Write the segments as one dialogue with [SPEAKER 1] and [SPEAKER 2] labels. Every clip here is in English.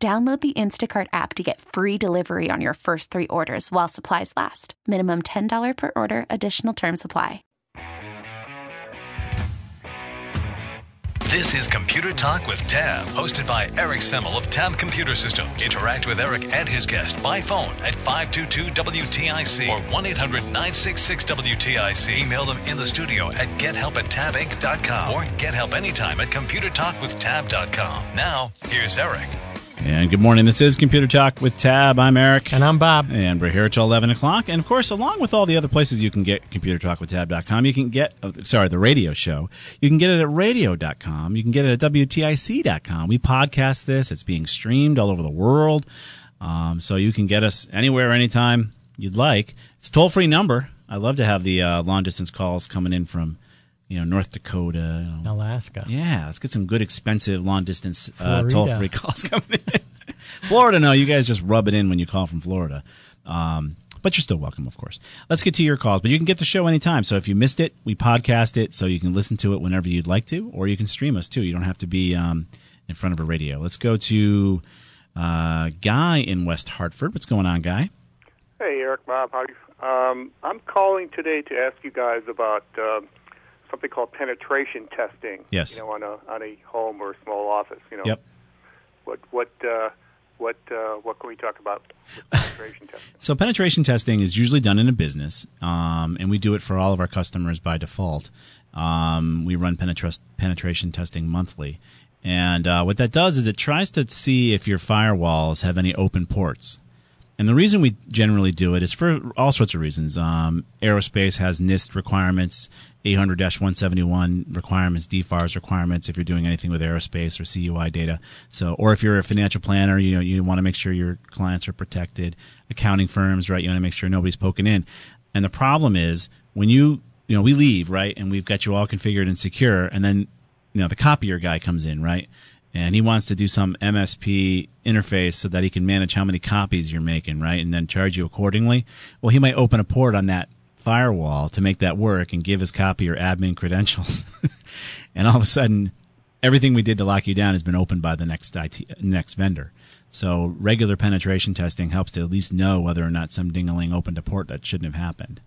[SPEAKER 1] Download the Instacart app to get free delivery on your first three orders while supplies last. Minimum $10 per order, additional term supply.
[SPEAKER 2] This is Computer Talk with Tab, hosted by Eric Semmel of Tab Computer Systems. Interact with Eric and his guest by phone at 522-WTIC or 1-800-966-WTIC. Email them in the studio at gethelp at tabinc.com or get help anytime at computertalkwithtab.com. Now, here's Eric.
[SPEAKER 3] And good morning. This is Computer Talk with Tab. I'm Eric.
[SPEAKER 4] And I'm Bob.
[SPEAKER 3] And we're here until 11 o'clock. And of course, along with all the other places you can get Computer Talk with Tab.com, you can get, oh, sorry, the radio show. You can get it at radio.com. You can get it at WTIC.com. We podcast this, it's being streamed all over the world. Um, so you can get us anywhere, anytime you'd like. It's a toll free number. I love to have the uh, long distance calls coming in from. You know, North Dakota, you know,
[SPEAKER 4] Alaska.
[SPEAKER 3] yeah, let's get some good, expensive, long distance, uh,
[SPEAKER 4] Florida.
[SPEAKER 3] toll free calls coming in. Florida, no, you guys just rub it in when you call from Florida. Um, but you're still welcome, of course. Let's get to your calls. But you can get the show anytime. So if you missed it, we podcast it so you can listen to it whenever you'd like to, or you can stream us too. You don't have to be um, in front of a radio. Let's go to uh, Guy in West Hartford. What's going on, Guy?
[SPEAKER 5] Hey, Eric, Bob, how are you? Um, I'm calling today to ask you guys about um, something called penetration testing.
[SPEAKER 3] Yes.
[SPEAKER 5] You know, on a on a home or a small office. You know.
[SPEAKER 3] Yep.
[SPEAKER 5] What what uh, what uh, what can we talk about? With penetration testing.
[SPEAKER 3] So penetration testing is usually done in a business, um, and we do it for all of our customers by default. Um, we run penetrust- penetration testing monthly, and uh, what that does is it tries to see if your firewalls have any open ports. And the reason we generally do it is for all sorts of reasons. Um, aerospace has NIST requirements, 800 171 requirements, DFARS requirements if you're doing anything with aerospace or CUI data. So, or if you're a financial planner, you know, you want to make sure your clients are protected. Accounting firms, right? You want to make sure nobody's poking in. And the problem is when you, you know, we leave, right? And we've got you all configured and secure. And then you know the copier guy comes in right and he wants to do some msp interface so that he can manage how many copies you're making right and then charge you accordingly well he might open a port on that firewall to make that work and give his copier admin credentials and all of a sudden everything we did to lock you down has been opened by the next IT, next vendor so regular penetration testing helps to at least know whether or not some dingling opened a port that shouldn't have happened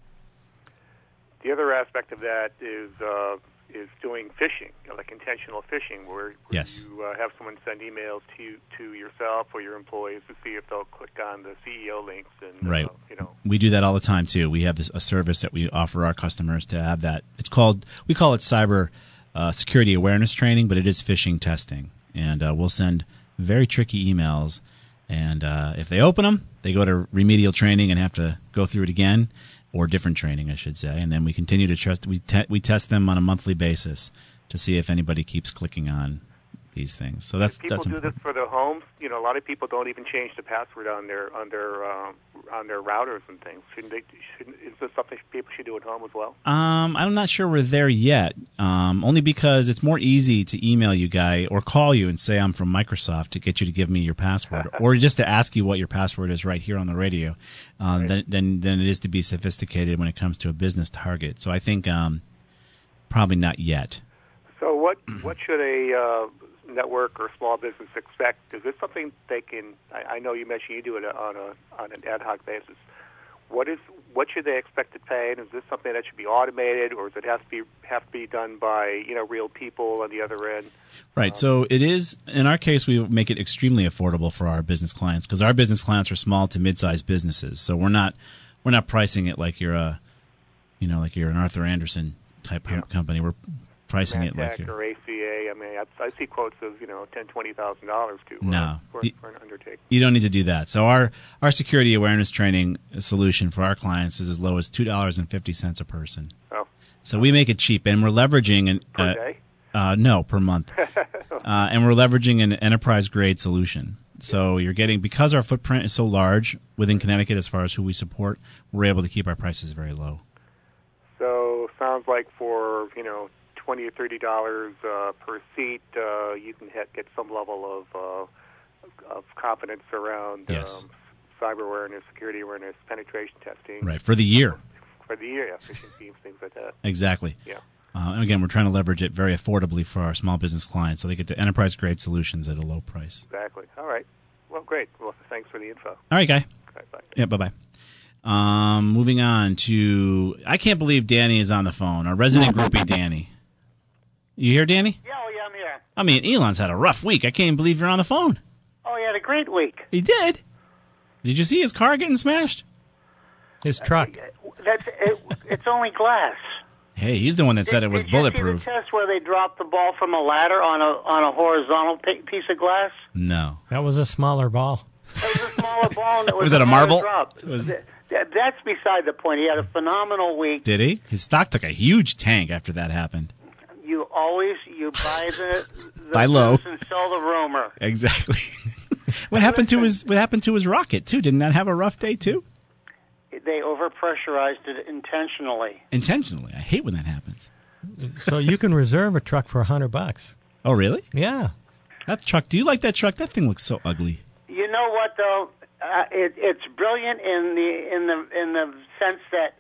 [SPEAKER 5] The other aspect of that is uh, is doing phishing, you know, like intentional phishing, where, where
[SPEAKER 3] Yes.
[SPEAKER 5] you uh, have someone send emails to you- to yourself or your employees to see if they'll click on the CEO links and
[SPEAKER 3] Right.
[SPEAKER 5] uh, you know.
[SPEAKER 3] we do that all the time too. We have this, a service that we offer our customers to have that. It's called we call it cyber uh, security awareness training, but it is phishing testing, and uh, we'll send very tricky emails. And uh, if they open them, they go to remedial training and have to go through it again, or different training, I should say. And then we continue to trust. We te- we test them on a monthly basis to see if anybody keeps clicking on these things. So that's
[SPEAKER 5] people
[SPEAKER 3] that's
[SPEAKER 5] do this
[SPEAKER 3] important.
[SPEAKER 5] for their homes. You know, a lot of people don't even change the password on their on their um, on their routers and things. Shouldn't they? Shouldn't, is this something people should do at home as well?
[SPEAKER 3] Um, I'm not sure we're there yet. Um, only because it's more easy to email you guy or call you and say I'm from Microsoft to get you to give me your password, or just to ask you what your password is right here on the radio, uh, than, than than it is to be sophisticated when it comes to a business target. So I think um, probably not yet.
[SPEAKER 5] So, what what should a uh, network or small business expect? Is this something they can? I, I know you mentioned you do it on a on an ad hoc basis. What is what should they expect to pay? And is this something that should be automated, or does it have to be have to be done by you know real people on the other end?
[SPEAKER 3] Right. So it is, in our case, we make it extremely affordable for our business clients because our business clients are small to mid-sized businesses. So we're not, we're not pricing it like you're a, you know, like you're an Arthur Anderson type com- company. We're pricing it like
[SPEAKER 5] NASDAQ
[SPEAKER 3] you're,
[SPEAKER 5] or ACA. I mean, I, I see quotes of you know ten twenty thousand dollars to
[SPEAKER 3] No.
[SPEAKER 5] for,
[SPEAKER 3] The-
[SPEAKER 5] for an undertaking.
[SPEAKER 3] you don't need to do that. So our, our security awareness training solution for our clients is as low as $2.50 a person.
[SPEAKER 5] Oh,
[SPEAKER 3] So we make it cheap and we're leveraging an,
[SPEAKER 5] per
[SPEAKER 3] uh,
[SPEAKER 5] day.
[SPEAKER 3] Uh, no, per month. uh, and we're leveraging an enterprise grade solution. So you're getting because our footprint is so large within Connecticut as far as who we support, we're able to keep our prices very low.
[SPEAKER 5] So sounds like for you know twenty or thirty dollars uh, per seat, uh, you can ha- get some level of uh, of confidence around
[SPEAKER 3] Yes.
[SPEAKER 5] um, cyber awareness, security awareness, penetration testing
[SPEAKER 3] Right for the year,
[SPEAKER 5] for the year, yeah, phishing schemes, things like that.
[SPEAKER 3] exactly.
[SPEAKER 5] Yeah.
[SPEAKER 3] Uh, and again, we're trying to leverage it very affordably for our small business clients, so they get the enterprise grade solutions at a low price.
[SPEAKER 5] Exactly. All right. Well, great. Well, thanks for the info.
[SPEAKER 3] All right, guy.
[SPEAKER 5] All right, bye.
[SPEAKER 3] Yeah, bye bye. Um, moving on to I can't believe Danny is on the phone. Our resident groupie, Danny. You hear Danny?
[SPEAKER 4] Yeah, oh yeah, I'm here.
[SPEAKER 3] I mean, Elon's had a rough week. I can't even believe you're on the phone.
[SPEAKER 4] Oh, he had a great week.
[SPEAKER 3] He did. Did you see his car getting smashed?
[SPEAKER 6] His truck.
[SPEAKER 4] That's it, it's only glass.
[SPEAKER 3] Hey, he's the one that said it was
[SPEAKER 4] Did
[SPEAKER 3] bulletproof.
[SPEAKER 4] You see the test where they dropped the ball from a ladder on a on a horizontal pi piece of glass.
[SPEAKER 3] No.
[SPEAKER 6] That was a smaller ball.
[SPEAKER 4] It was a smaller ball. And it was,
[SPEAKER 3] Was it a
[SPEAKER 4] harder
[SPEAKER 3] marble?
[SPEAKER 4] Drop.
[SPEAKER 3] It was-
[SPEAKER 4] Th- th- that's beside the point. He had a phenomenal week.
[SPEAKER 3] Did he? His stock took a huge tank after that happened.
[SPEAKER 4] You always you buy the, the
[SPEAKER 3] Buy low.
[SPEAKER 4] news and sell the rumor.
[SPEAKER 3] Exactly. what happened to his what happened to his rocket too? Didn't that have a rough day too?
[SPEAKER 4] They overpressurized it intentionally.
[SPEAKER 3] Intentionally. I hate when that happens.
[SPEAKER 6] So you can reserve a truck for a hundred bucks.
[SPEAKER 3] Oh really?
[SPEAKER 6] Yeah.
[SPEAKER 3] That truck do you like that truck? That thing looks so ugly.
[SPEAKER 4] You know what though? Uh, it, it's brilliant in the in the in the sense that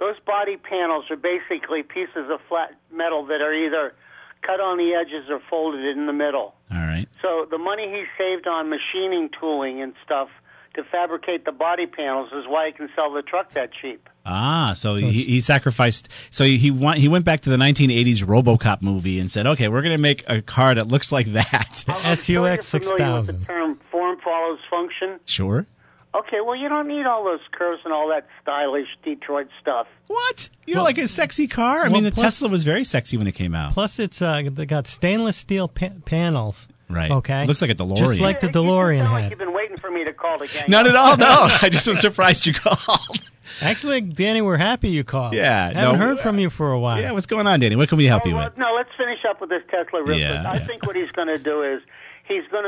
[SPEAKER 4] those body panels are basically pieces of flat metal that are either cut on the edges or folded in the middle.
[SPEAKER 3] All right.
[SPEAKER 4] So the money he saved on machining tooling and stuff to fabricate the body panels is why he can sell the truck that cheap.
[SPEAKER 3] Ah, so he, he sacrificed. So he he went he went back to the 1980s RoboCop movie and said, "Okay, we're going to make a car that looks like that."
[SPEAKER 4] I'm sure you're
[SPEAKER 6] SUX six
[SPEAKER 4] familiar with The
[SPEAKER 6] thousand.
[SPEAKER 4] term form follows function.
[SPEAKER 3] sure.
[SPEAKER 4] Okay, well you don't need all those curves and all that stylish Detroit stuff.
[SPEAKER 3] What? You know, like a sexy car? I
[SPEAKER 6] well,
[SPEAKER 3] mean, the
[SPEAKER 6] plus-
[SPEAKER 3] Tesla was very sexy when it came out.
[SPEAKER 6] Plus, it's uh, they got stainless steel pa- panels.
[SPEAKER 3] Right.
[SPEAKER 6] Okay.
[SPEAKER 3] Looks like a
[SPEAKER 6] Just
[SPEAKER 3] DeLorean.
[SPEAKER 6] like the
[SPEAKER 4] You sound
[SPEAKER 6] DeLorean
[SPEAKER 4] like
[SPEAKER 6] had.
[SPEAKER 4] You've been waiting for me to call the gang.
[SPEAKER 3] Not at all. No, I just was surprised you called.
[SPEAKER 6] Actually, Danny, we're happy you called.
[SPEAKER 3] Yeah,
[SPEAKER 6] Haven't
[SPEAKER 3] no,
[SPEAKER 6] heard from you for a while.
[SPEAKER 3] Yeah, what's going on, Danny? What can we help you
[SPEAKER 4] Well,
[SPEAKER 3] with?
[SPEAKER 4] no, let's finish up with this Tesla real
[SPEAKER 3] Yeah,
[SPEAKER 4] quick. I
[SPEAKER 3] yeah.
[SPEAKER 4] think what he's going to do is he's going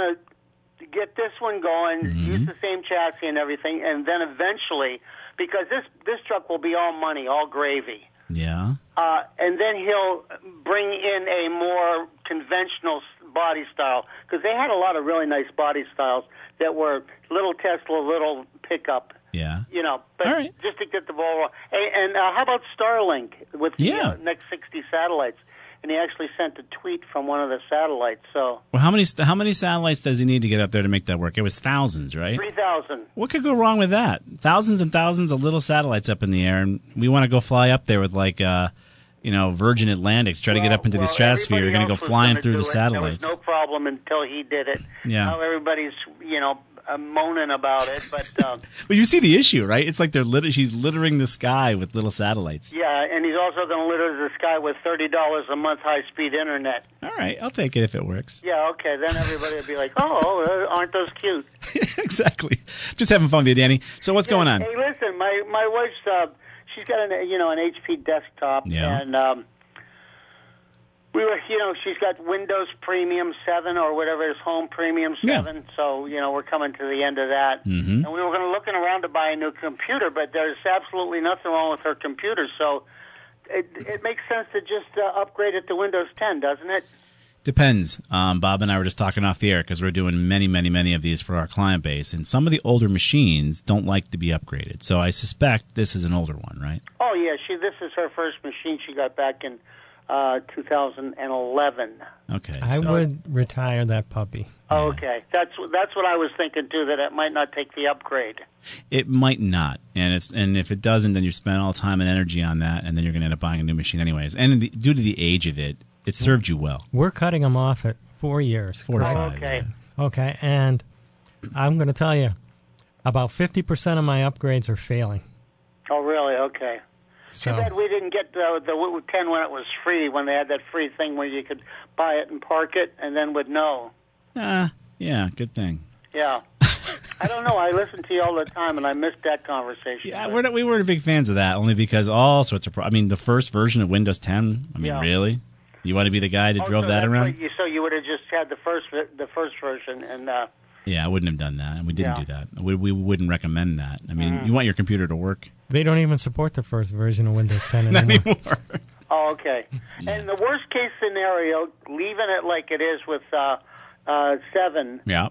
[SPEAKER 4] to get this one going, use the same chassis and everything, and then eventually, because this this truck will be all money, all gravy,
[SPEAKER 3] Yeah.
[SPEAKER 4] uh, and then he'll bring in a more conventional s- body style because they had a lot of really nice body styles that were little Tesla, little pickup.
[SPEAKER 3] Yeah.
[SPEAKER 4] You know, but
[SPEAKER 3] All right.
[SPEAKER 4] just to get the ball rolling. And, and uh, how about Starlink with the
[SPEAKER 3] Yeah.
[SPEAKER 4] uh, next 60 satellites? And he actually sent a tweet from one of the satellites. So
[SPEAKER 3] Well, how many how many satellites does he need to get up there to make that work? It was thousands, right?
[SPEAKER 4] 3,000.
[SPEAKER 3] What could go wrong with that? Thousands and thousands of little satellites up in the air, and we want to go fly up there with like, uh, you know, Virgin Atlantic to try to get
[SPEAKER 4] Well-
[SPEAKER 3] up into
[SPEAKER 4] well,
[SPEAKER 3] the stratosphere. You're
[SPEAKER 4] everybody
[SPEAKER 3] going to go
[SPEAKER 4] else was
[SPEAKER 3] flying
[SPEAKER 4] gonna
[SPEAKER 3] through
[SPEAKER 4] do
[SPEAKER 3] the
[SPEAKER 4] it.
[SPEAKER 3] satellites.
[SPEAKER 4] There was no problem until he did it.
[SPEAKER 3] Yeah.
[SPEAKER 4] Now everybody's, you know, uh, moaning about it. But, um,
[SPEAKER 3] Well, you see the issue, right? It's like they're lit- she's littering the sky with little satellites.
[SPEAKER 4] yeah, and he's also going to litter the sky with $30 a month high speed internet.
[SPEAKER 3] All right, I'll take it if it works.
[SPEAKER 4] Yeah, okay. Then everybody will be like, oh, uh, aren't those cute?
[SPEAKER 3] exactly. Just having fun with you, Danny. So what's going on?
[SPEAKER 4] Hey, listen, my my wife's uh, she's got an you know an HP desktop,
[SPEAKER 3] Yeah.
[SPEAKER 4] and um, we were you know she's got Windows Premium Seven or whatever it is Home Premium
[SPEAKER 3] Yeah.
[SPEAKER 4] Seven, so you know we're coming to the end of that, mm-hmm. and we were going to looking around to buy a new computer, but there's absolutely nothing wrong with her computer, so. It, it makes sense to just uh, upgrade it to Windows 10, doesn't it?
[SPEAKER 3] Depends. Um, Bob and I were just talking off the air because we're doing many, many, many of these for our client base, and some of the older machines don't like to be upgraded. So I suspect this is an older one, right?
[SPEAKER 4] Oh yeah, she. This is her first machine she got back in uh, 2011.
[SPEAKER 3] Okay.
[SPEAKER 6] I
[SPEAKER 3] so-
[SPEAKER 6] would retire that puppy.
[SPEAKER 4] Okay, that's that's what I was thinking too. That it might not take the upgrade.
[SPEAKER 3] It might not, and it's and if it doesn't, then you spend all time and energy on that, and then you're going to end up buying a new machine anyways. And the, due to the age of it, it served you well.
[SPEAKER 6] We're cutting him off at four years.
[SPEAKER 3] Four to five.
[SPEAKER 4] Okay,
[SPEAKER 3] yeah.
[SPEAKER 6] Okay, and I'm going to tell you, about fifty percent of my upgrades are failing.
[SPEAKER 4] oh really? Okay. Too
[SPEAKER 6] So
[SPEAKER 4] bad we didn't get the the Wu- ten when it was free. When they had that free thing where you could buy it and park it, and then would know.
[SPEAKER 3] Ah, yeah, good thing.
[SPEAKER 4] Yeah. I don't know. I listen to you all the time, and I missed that conversation.
[SPEAKER 3] Yeah,
[SPEAKER 4] But-
[SPEAKER 3] we're not, we weren't big fans of that only because all sorts of. Pro- I mean, the first version of Windows 10. I mean,
[SPEAKER 4] Yeah.
[SPEAKER 3] really, you want to be the guy that
[SPEAKER 4] Oh,
[SPEAKER 3] drove
[SPEAKER 4] so
[SPEAKER 3] that
[SPEAKER 4] that's
[SPEAKER 3] around?
[SPEAKER 4] what You, so you would have just had the first the first version, and uh,
[SPEAKER 3] Yeah, I wouldn't have done that, and we didn't
[SPEAKER 4] Yeah.
[SPEAKER 3] do that. We, we wouldn't recommend that. I mean, you want your computer to work.
[SPEAKER 6] They don't even support the first version of Windows 10 anymore.
[SPEAKER 4] Oh, okay. And the worst case scenario, leaving it like it is with uh, uh, seven,
[SPEAKER 3] Yeah,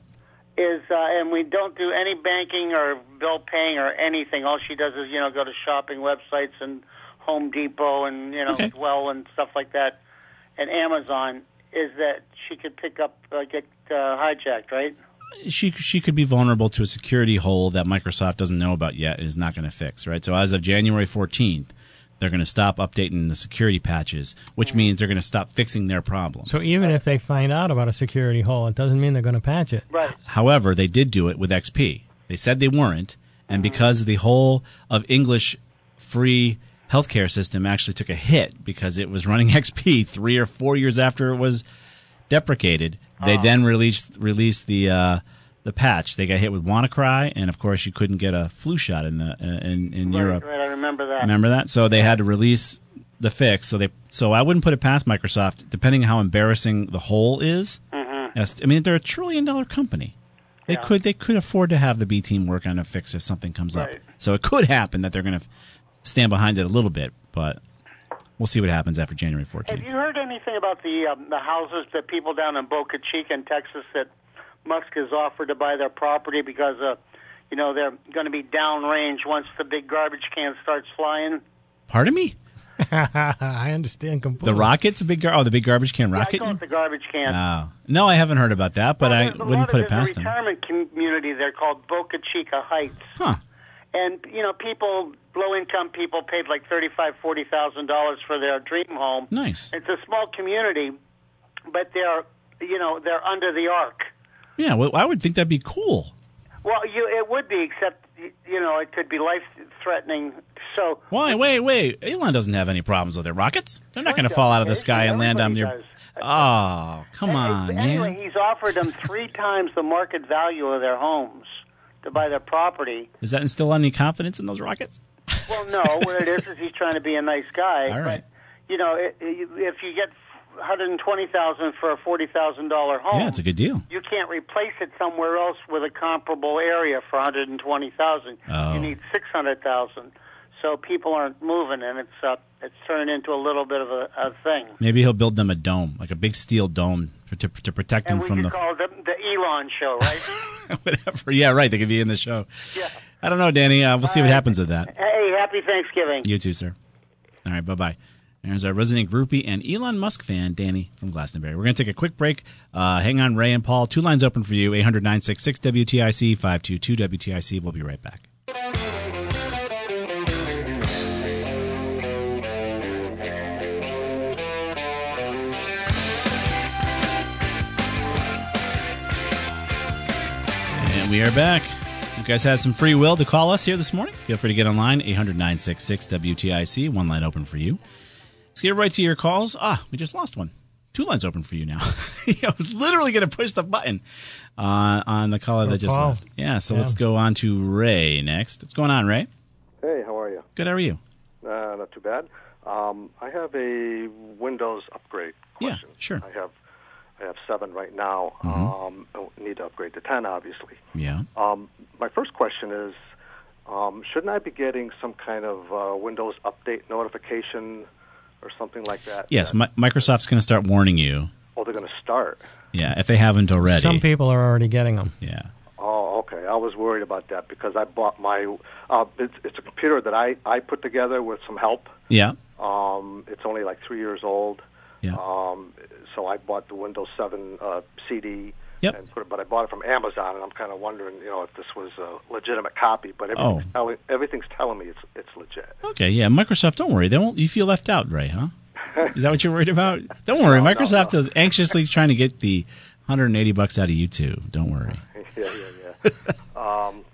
[SPEAKER 4] is uh, and we don't do any banking or bill paying or anything. All she does is you know go to shopping websites and Home Depot and you know
[SPEAKER 3] Okay.
[SPEAKER 4] Dwell and stuff like that, and Amazon. Is that she could pick up uh, get uh, hijacked, right?
[SPEAKER 3] she she could be vulnerable to a security hole that Microsoft doesn't know about yet and is not going to fix. Right. So as of January fourteenth, they're going to stop updating the security patches, which means they're going to stop fixing their problems.
[SPEAKER 6] So e even if they find out about a security hole, it doesn't mean they're going to patch it.
[SPEAKER 4] Right.
[SPEAKER 3] However, they did do it with XP. They said they weren't, and because the whole of English free healthcare system actually took a hit because it was running XP three or four years after it was deprecated, they
[SPEAKER 4] Ah.
[SPEAKER 3] then released released the uh, the patch. They got hit with WannaCry, and of course, you couldn't get a flu shot in the in, in Europe.
[SPEAKER 4] Right, right. I remember that.
[SPEAKER 3] Remember that? So they had to release the fix. So they so I wouldn't put it past Microsoft, depending on how embarrassing the hole is.
[SPEAKER 4] Mm-hmm.
[SPEAKER 3] Yes, I mean they're a trillion dollar company. They could they could afford to have the B team work on a fix if something comes up.
[SPEAKER 4] Right.
[SPEAKER 3] So it could happen that they're going to stand behind it a little bit, but we'll see what happens after January
[SPEAKER 4] Have
[SPEAKER 3] 14th.
[SPEAKER 4] you heard anything about the um, the houses that people down in Boca Chica in Texas that Musk has offered to buy their property because uh, you know they're going to be downrange once the big garbage can starts flying?
[SPEAKER 3] Pardon me.
[SPEAKER 6] I understand completely.
[SPEAKER 3] The rocket's a big gar- oh the big garbage can
[SPEAKER 4] I
[SPEAKER 3] rocket.
[SPEAKER 4] call it the garbage can.
[SPEAKER 3] oh. No, I haven't heard about that, but
[SPEAKER 4] Well,
[SPEAKER 3] I
[SPEAKER 4] there's a
[SPEAKER 3] wouldn't
[SPEAKER 4] lot
[SPEAKER 3] put
[SPEAKER 4] of,
[SPEAKER 3] it past
[SPEAKER 4] there's a
[SPEAKER 3] them.
[SPEAKER 4] retirement community there called Boca Chica Heights.
[SPEAKER 3] Huh.
[SPEAKER 4] and you know people low income people paid like thirty five forty thousand dollars for their dream home
[SPEAKER 3] Nice.
[SPEAKER 4] it's a small community but they're you know they're under the arc
[SPEAKER 3] Yeah, well, I would think that'd be cool.
[SPEAKER 4] well you it would be except y- you know it could be life threatening so
[SPEAKER 3] Why? Wait, wait. Elon doesn't have any problems with their rockets. They're not going to fall out of the sky and land on your.
[SPEAKER 4] Everybody
[SPEAKER 3] Oh, come on,
[SPEAKER 4] anyway
[SPEAKER 3] man.
[SPEAKER 4] he's offered them three times the market value of their homes to buy their property
[SPEAKER 3] Does that instill any confidence in those rockets?
[SPEAKER 4] Well, no. What it is is he's trying to be a nice guy.
[SPEAKER 3] All right.
[SPEAKER 4] But, you know, i- i- if you get one hundred twenty thousand for a forty thousand dollar home,
[SPEAKER 3] Yeah, it's a good deal.
[SPEAKER 4] You can't replace it somewhere else with a comparable area for one hundred twenty thousand.
[SPEAKER 3] Oh.
[SPEAKER 4] You need six hundred thousand. So people aren't moving, and it's uh, it's turned into a little bit of a, a thing.
[SPEAKER 3] Maybe he'll build them a dome, like a big steel dome, to, to, to protect them
[SPEAKER 4] And we
[SPEAKER 3] from
[SPEAKER 4] could
[SPEAKER 3] the
[SPEAKER 4] call it the, the Elon show, right?
[SPEAKER 3] whatever. Yeah, right. They could be in the show. Yeah. I don't know, Danny. Uh, we'll see what happens with that.
[SPEAKER 4] hey, happy Thanksgiving.
[SPEAKER 3] You too, sir. All right, bye bye. There's our resident groupie and Elon Musk fan, Danny from Glastonbury. We're going to take a quick break. Uh, hang on, Ray and Paul. Two lines open for you 800 966 WTIC 522 WTIC. We'll be right back. And we are back. You guys had some free will to call us here this morning. Feel free to get online, 800 966 WTIC. One line open for you. Let's get right to your calls. Ah, we just lost one. Two lines open for you now. I was literally going to push the button uh, on the caller that just
[SPEAKER 6] Paul.
[SPEAKER 3] left. Yeah, so let's go on to Ray next. What's going on, Ray?
[SPEAKER 7] Hey, how are you?
[SPEAKER 3] Good, how are you?
[SPEAKER 7] Uh, not too bad. Um, I have a Windows upgrade
[SPEAKER 3] Yeah,
[SPEAKER 7] question.
[SPEAKER 3] sure. Mm-hmm.
[SPEAKER 7] I have I have seven right now. Um, I need to upgrade to ten, obviously.
[SPEAKER 3] Yeah.
[SPEAKER 7] Um, my first question is, um, shouldn't I be getting some kind of uh, Windows update notification or something like that?
[SPEAKER 3] Yes,
[SPEAKER 7] that-
[SPEAKER 3] Mi- Microsoft's going to start warning you.
[SPEAKER 7] oh, they're going to start.
[SPEAKER 3] Yeah, if they haven't already.
[SPEAKER 6] Some people are already getting them.
[SPEAKER 3] yeah.
[SPEAKER 7] Oh, okay. I was worried about that because I bought my. Uh, it's, it's a computer that I, I put together with some help.
[SPEAKER 3] Yeah.
[SPEAKER 7] Um, it's only like three years old.
[SPEAKER 3] Yeah.
[SPEAKER 7] Um, so I bought the Windows 7 uh, CD.
[SPEAKER 3] Yep.
[SPEAKER 7] And put it, but I bought it from Amazon, and I'm kind of wondering, you know, if this was a legitimate copy. But
[SPEAKER 3] Oh.
[SPEAKER 7] everything's, telling, everything's telling me it's it's legit.
[SPEAKER 3] Okay, yeah, Microsoft, don't worry. They won't. You feel left out, Ray? Huh? Is that what you're worried about? Don't worry. Microsoft is anxiously trying to get the 180 bucks out of you too. Don't worry.
[SPEAKER 7] yeah, yeah, yeah. um,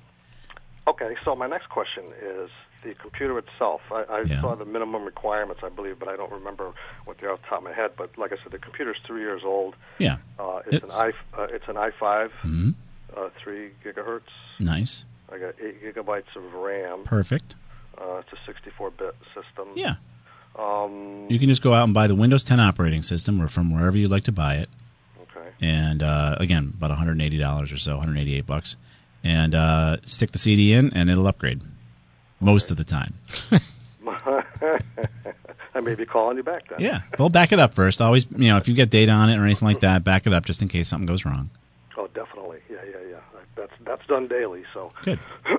[SPEAKER 7] okay, so my next question is the computer itself. I, I
[SPEAKER 3] Yeah.
[SPEAKER 7] saw the minimum requirements, I believe, but I don't remember what they're off the top of my head. But like I said, the computer's three years old.
[SPEAKER 3] Yeah.
[SPEAKER 7] Uh, it's,
[SPEAKER 3] It's-
[SPEAKER 7] an i uh, it's an i5, uh, three gigahertz.
[SPEAKER 3] Nice.
[SPEAKER 7] I got eight gigabytes of RAM.
[SPEAKER 3] Perfect.
[SPEAKER 7] Uh, it's a 64-bit system.
[SPEAKER 3] Yeah.
[SPEAKER 7] Um,
[SPEAKER 3] You can just go out and buy the Windows 10 operating system or from wherever you'd like to buy it.
[SPEAKER 7] okay.
[SPEAKER 3] and uh, again about 180 dollars or so, 188 bucks, and uh, stick the CD in, and it'll upgrade most of the time.
[SPEAKER 7] I may be calling you back then.
[SPEAKER 3] Yeah, well, back it up first. Always, you know, if you get data on it or anything like that, back it up just in case something goes wrong.
[SPEAKER 7] Oh, definitely. Yeah, yeah, yeah. That's that's done daily. So
[SPEAKER 3] Good.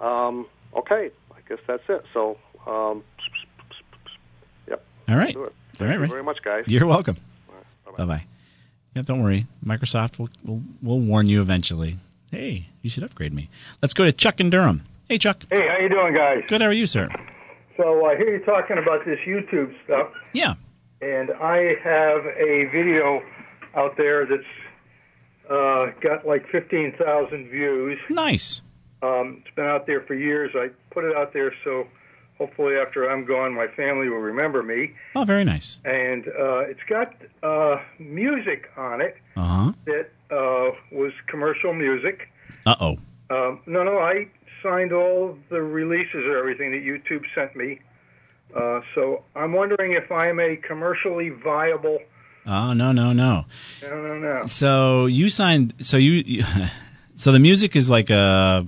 [SPEAKER 7] um, okay, I guess that's it. So um, yep.
[SPEAKER 3] All right.
[SPEAKER 7] Do it.
[SPEAKER 3] All
[SPEAKER 7] Thank
[SPEAKER 3] right,
[SPEAKER 7] you
[SPEAKER 3] Ray.
[SPEAKER 7] very much, guys.
[SPEAKER 3] You're welcome.
[SPEAKER 7] Bye-bye.
[SPEAKER 3] Bye bye. Yeah, don't worry. Microsoft will will will warn you eventually. Hey, you should upgrade me. Let's go to Chuck in Durham. Hey, Chuck.
[SPEAKER 8] Hey, how you doing, guys?
[SPEAKER 3] Good. How are you, sir?
[SPEAKER 8] So I hear you talking about this YouTube stuff,
[SPEAKER 3] Yeah.
[SPEAKER 8] and I have a video out there that's uh, got like 15,000 views.
[SPEAKER 3] Nice.
[SPEAKER 8] Um, it's been out there for years. I put it out there so hopefully after I'm gone, my family will remember me.
[SPEAKER 3] Oh, very nice.
[SPEAKER 8] And uh, it's got uh, music on it
[SPEAKER 3] Uh huh.
[SPEAKER 8] that uh, was commercial music.
[SPEAKER 3] Uh oh.
[SPEAKER 8] Um, no, no, I signed all the releases or everything that YouTube sent me. Uh, so I'm wondering if I'm a commercially viable.
[SPEAKER 3] Oh no no no.
[SPEAKER 8] No, no, no.
[SPEAKER 3] So you signed. So you. you so the music is like a.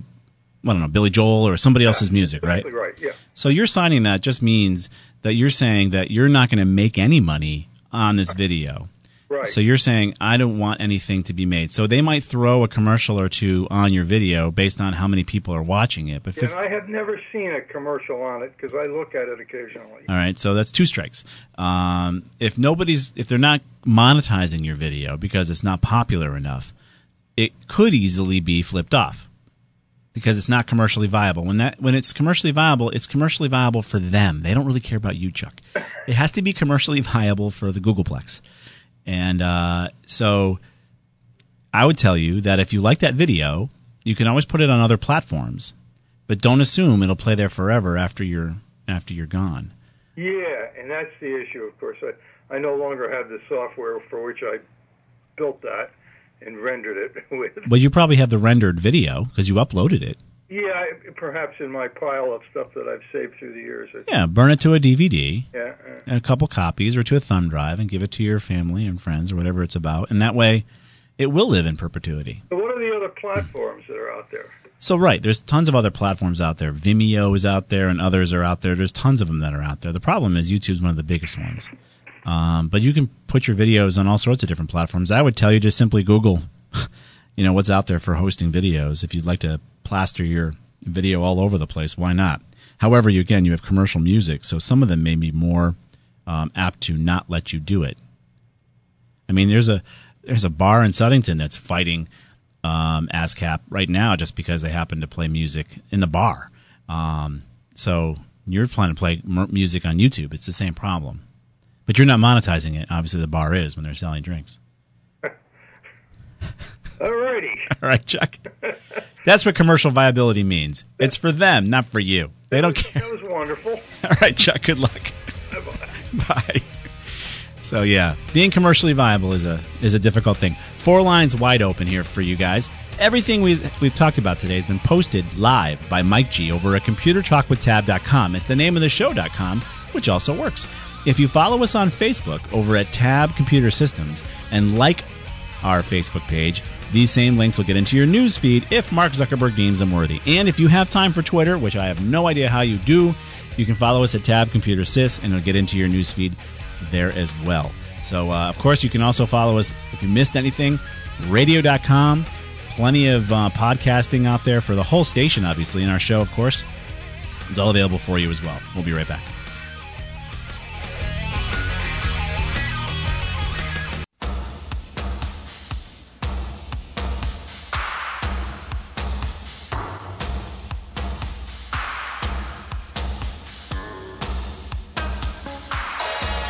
[SPEAKER 3] I don't know, Billy Joel or somebody else's music, right?
[SPEAKER 8] Exactly right. Yeah.
[SPEAKER 3] So you're signing that just means that you're saying that you're not going to make any money on this video.
[SPEAKER 8] Right.
[SPEAKER 3] So you're saying I don't want anything to be made. So they might throw a commercial or two on your video based on how many people are watching it. But
[SPEAKER 8] and
[SPEAKER 3] fif-
[SPEAKER 8] I have never seen a commercial on it because I look at it occasionally.
[SPEAKER 3] all right, so that's two strikes. Um, if nobody's, if they're not monetizing your video because it's not popular enough, it could easily be flipped off because it's not commercially viable. When that when it's commercially viable, it's commercially viable for them. They don't really care about you, Chuck. It has to be commercially viable for the Googleplex. And uh, so, I would tell you that if you like that video, you can always put it on other platforms, but don't assume it'll play there forever after you're after you're gone.
[SPEAKER 8] Yeah, and that's the issue, of course. I, I no longer have the software for which I built that and rendered it with.
[SPEAKER 3] Well, you probably have the rendered video because you uploaded it.
[SPEAKER 8] Yeah, I- perhaps in my pile of stuff that I've saved through the years. It-
[SPEAKER 3] Yeah, burn it to a DVD
[SPEAKER 8] Yeah. uh,
[SPEAKER 3] and a couple copies or to a thumb drive and give it to your family and friends or whatever it's about. And that way it will live in perpetuity.
[SPEAKER 8] So what are the other platforms that are out there?
[SPEAKER 3] So, right, there's tons of other platforms out there. Vimeo is out there and others are out there. There's tons of them that are out there. The problem is YouTube's one of the biggest ones. Um, but you can put your videos on all sorts of different platforms. I would tell you to simply Google, you know, what's out there for hosting videos. If you'd like to plaster your video all over the place, why not? However, you again, you have commercial music, so some of them may be more um, apt to not let you do it. I mean, there's a there's a bar in Southington that's fighting um, ASCAP right now just because they happen to play music in the bar. Um, so you're planning to play mu- music on YouTube. It's the same problem. But you're not monetizing it. Obviously, the bar is when they're selling drinks.
[SPEAKER 8] Alrighty.
[SPEAKER 3] All right, Chuck. That's what commercial viability means. It's for them, not for you. They don't care.
[SPEAKER 8] That was wonderful.
[SPEAKER 3] All right, Chuck. Good luck. Bye. So yeah, being commercially viable is a is a difficult thing. Four lines wide open here for you guys. Everything we've, we've talked about today has been posted live by Mike G over at computertalkwithtab.com. It's the name of the show.com, which also works. If you follow us on Facebook over at Tab Computer Systems and like our Facebook page, these same links will get into your news feed if Mark Zuckerberg deems them worthy. And if you have time for Twitter, which I have no idea how you do, you can follow us at Tab Computer Sys and it'll get into your news feed there as well. So, uh, of course, you can also follow us if you missed anything, radio.com. Plenty of uh, podcasting out there for the whole station, obviously, and our show, of course. It's all available for you as well. We'll be right back.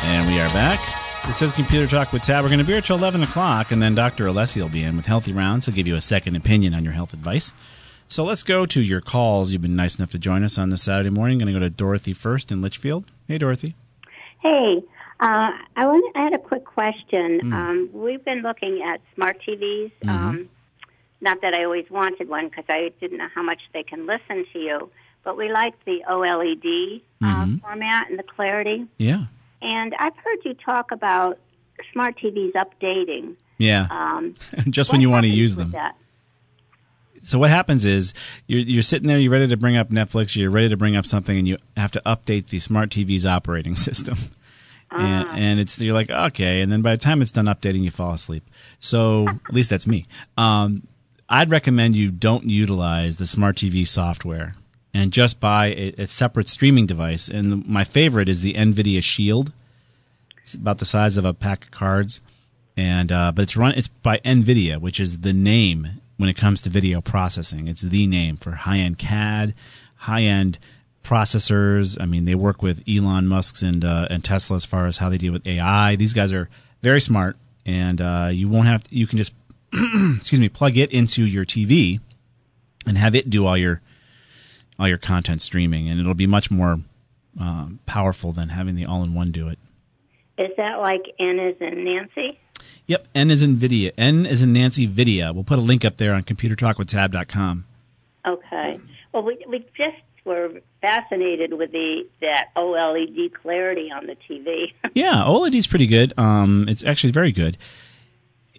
[SPEAKER 3] And we are back. This is Computer Talk with Tab. We're going to be here till 11 o'clock, and then Dr. Alessi will be in with Healthy Rounds. He'll give you a second opinion on your health advice. So let's go to your calls. You've been nice enough to join us on this Saturday morning. going to go to Dorothy first in Litchfield. Hey, Dorothy.
[SPEAKER 9] Hey, uh, I want. I had a quick question.
[SPEAKER 3] Hmm.
[SPEAKER 9] Um, we've been looking at smart TVs.
[SPEAKER 3] Mm-hmm.
[SPEAKER 9] Um, not that I always wanted one because I didn't know how much they can listen to you, but we like the OLED uh, format and the clarity.
[SPEAKER 3] Mm-hmm. Yeah.
[SPEAKER 9] And I've heard you talk about smart TVs updating.
[SPEAKER 3] Yeah.
[SPEAKER 9] Um,
[SPEAKER 3] Just when you
[SPEAKER 9] what
[SPEAKER 3] want to
[SPEAKER 9] happens
[SPEAKER 3] use
[SPEAKER 9] with
[SPEAKER 3] them.
[SPEAKER 9] that?
[SPEAKER 3] So what happens is you're, you're sitting there, you're ready to bring up Netflix, you're ready to bring up something, and you have to update the smart TV's operating system. And, and it's you're like okay, and then by the time it's done updating, you fall asleep. So at least that's me. Um, I'd recommend you don't utilize the smart TV software and just buy a, a separate streaming device. And my favorite is the Nvidia Shield. It's about the size of a pack of cards, and uh, but it's run it's by Nvidia, which is the name when it comes to video processing. It's the name for high end CAD, high end processors. I mean, they work with Elon Musk's and uh, and Tesla as far as how they deal with AI. These guys are very smart, and uh, you won't have to, you can just excuse me plug it into your TV and have it do all your all your content streaming, and it'll be much more um, powerful than having the all in one do it.
[SPEAKER 9] Is that like N is in Nancy?
[SPEAKER 3] Yep, N is in Nvidia. N is in Nancy Vidia. We'll put a link up there on computertalkwithtab.com.
[SPEAKER 9] Okay. Well, we we just were fascinated with the that OLED clarity on the TV.
[SPEAKER 3] Yeah, OLED is pretty good. Um, it's actually very good.